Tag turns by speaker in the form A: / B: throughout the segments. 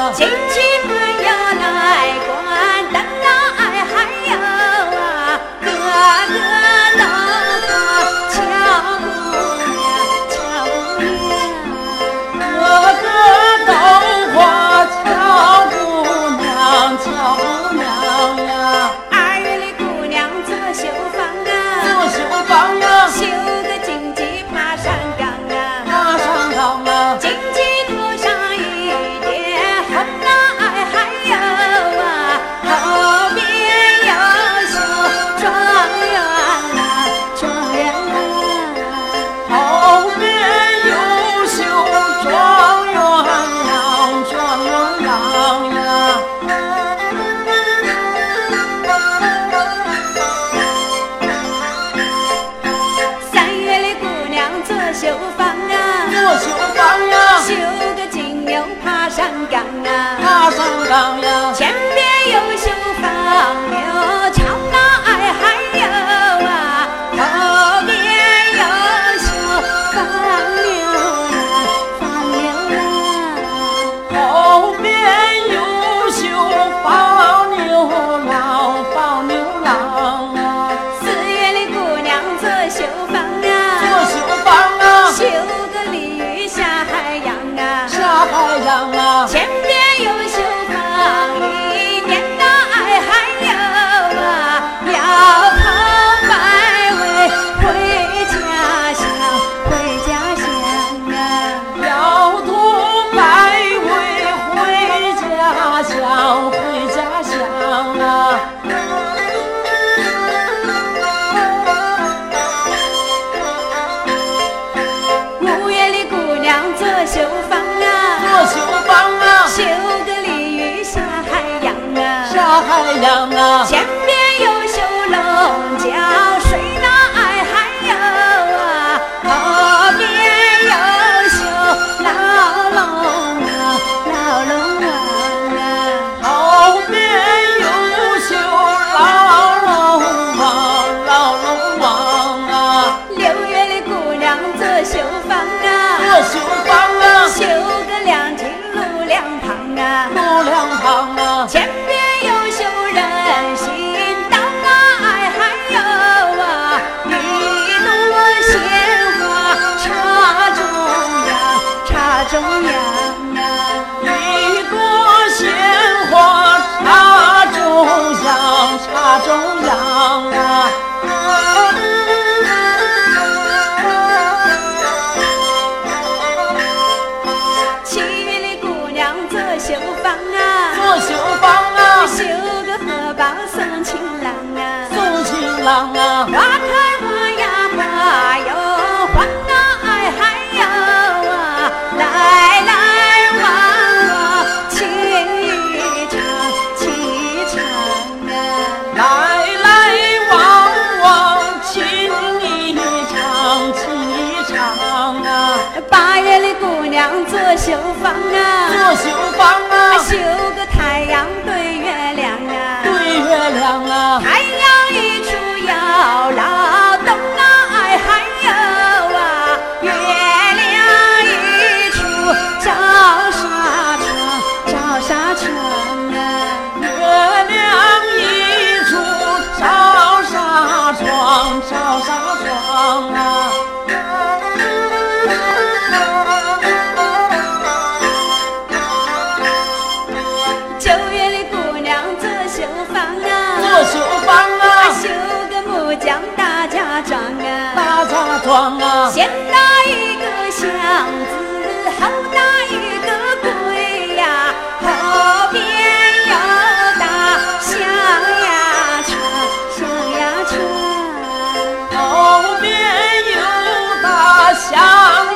A: 啊
B: 啊啊啊啊啊啊
A: 啊
B: 哟，
A: 前边有秀芳柳，长来哎还有啊，后边有秀芳柳啊，芳柳啊，
B: 后边有秀抱牛郎，抱牛郎啊，
A: 四月的姑娘做绣坊
B: 做
A: 啊，
B: 绣坊啊，
A: 绣个鲤鱼下海洋啊，
B: 下海洋啊，
A: 前边有绣坊，里面的爱还有啊，要跑百味回家乡，回家乡啊。
B: 要多百味回家乡，回家乡啊。
A: 五月里姑娘做绣坊啊，
B: 做绣坊啊，
A: 绣个鲤鱼下海洋啊。
B: 下海洋啊，
A: 前边有绣龙角，水那爱还有啊，后边有绣老龙啊，老龙王啊。
B: 后边有绣老龙王，老龙王啊，
A: 六月里姑娘做绣坊啊，
B: 做绣坊啊，
A: 绣个两条路两旁啊。
B: 路两旁啊，
A: 前边有修人行道来还有啊，一朵鲜花插中央，插中央啊。
B: 一朵鲜花插中央，插中央啊，
A: 七月里姑娘做绣坊啊，
B: 做绣坊啊，
A: 绣个荷包送情郎啊。
B: 送新郎啊，
A: 花开花呀花哟，花儿还有啊，来来往往情长情长啊，
B: 来来往往情一场，情一场啊。
A: 八月的姑娘做绣坊啊，
B: 做绣坊啊，
A: 绣个太阳对月亮啊，
B: 对月亮啊，
A: 太阳一出要劳动来还有啊，月亮一出照纱窗，照纱窗啊。
B: 月亮一出照纱窗，照纱窗啊。
A: 九月里姑娘做绣坊啊，
B: 做绣坊啊，
A: 绣个木匠大家庄啊，
B: 大家庄啊，
A: 先搭一个箱子，后搭一个柜呀，后边又搭象呀床，象呀床，
B: 后边有大象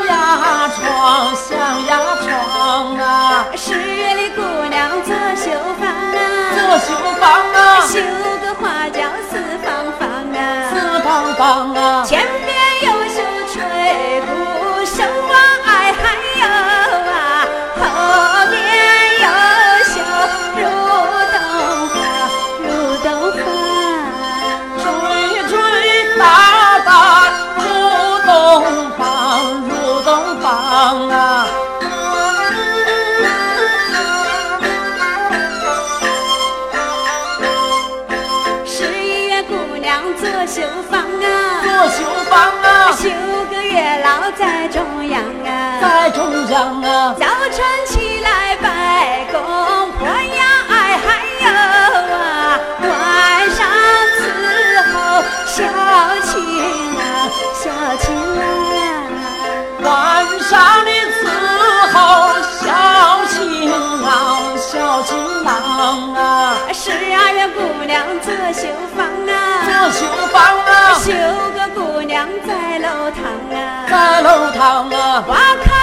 B: 牙床，象牙床啊。
A: 十月里姑娘做绣坊啊，
B: 做绣坊啊，
A: 绣个花轿四方方啊。
B: 四方方啊，
A: 前边有绣吹鼓，绣花哎还有啊，后边有绣入洞花，入洞花，
B: 吹吹打打入洞房，入洞房啊。
A: 十一月姑娘做绣坊啊，
B: 做绣坊啊，
A: 绣个月老在中央啊，
B: 在中央啊，
A: 早晨起来拜公婆呀哎还有啊，晚上伺候小情郎，小啊情郎。
B: 晚上的伺候小情郎，小情郎啊，
A: 十二月姑娘做绣坊啊，
B: 做绣坊啊，
A: 绣个姑娘在楼堂啊，
B: 在楼堂啊，
A: 花开
B: 啊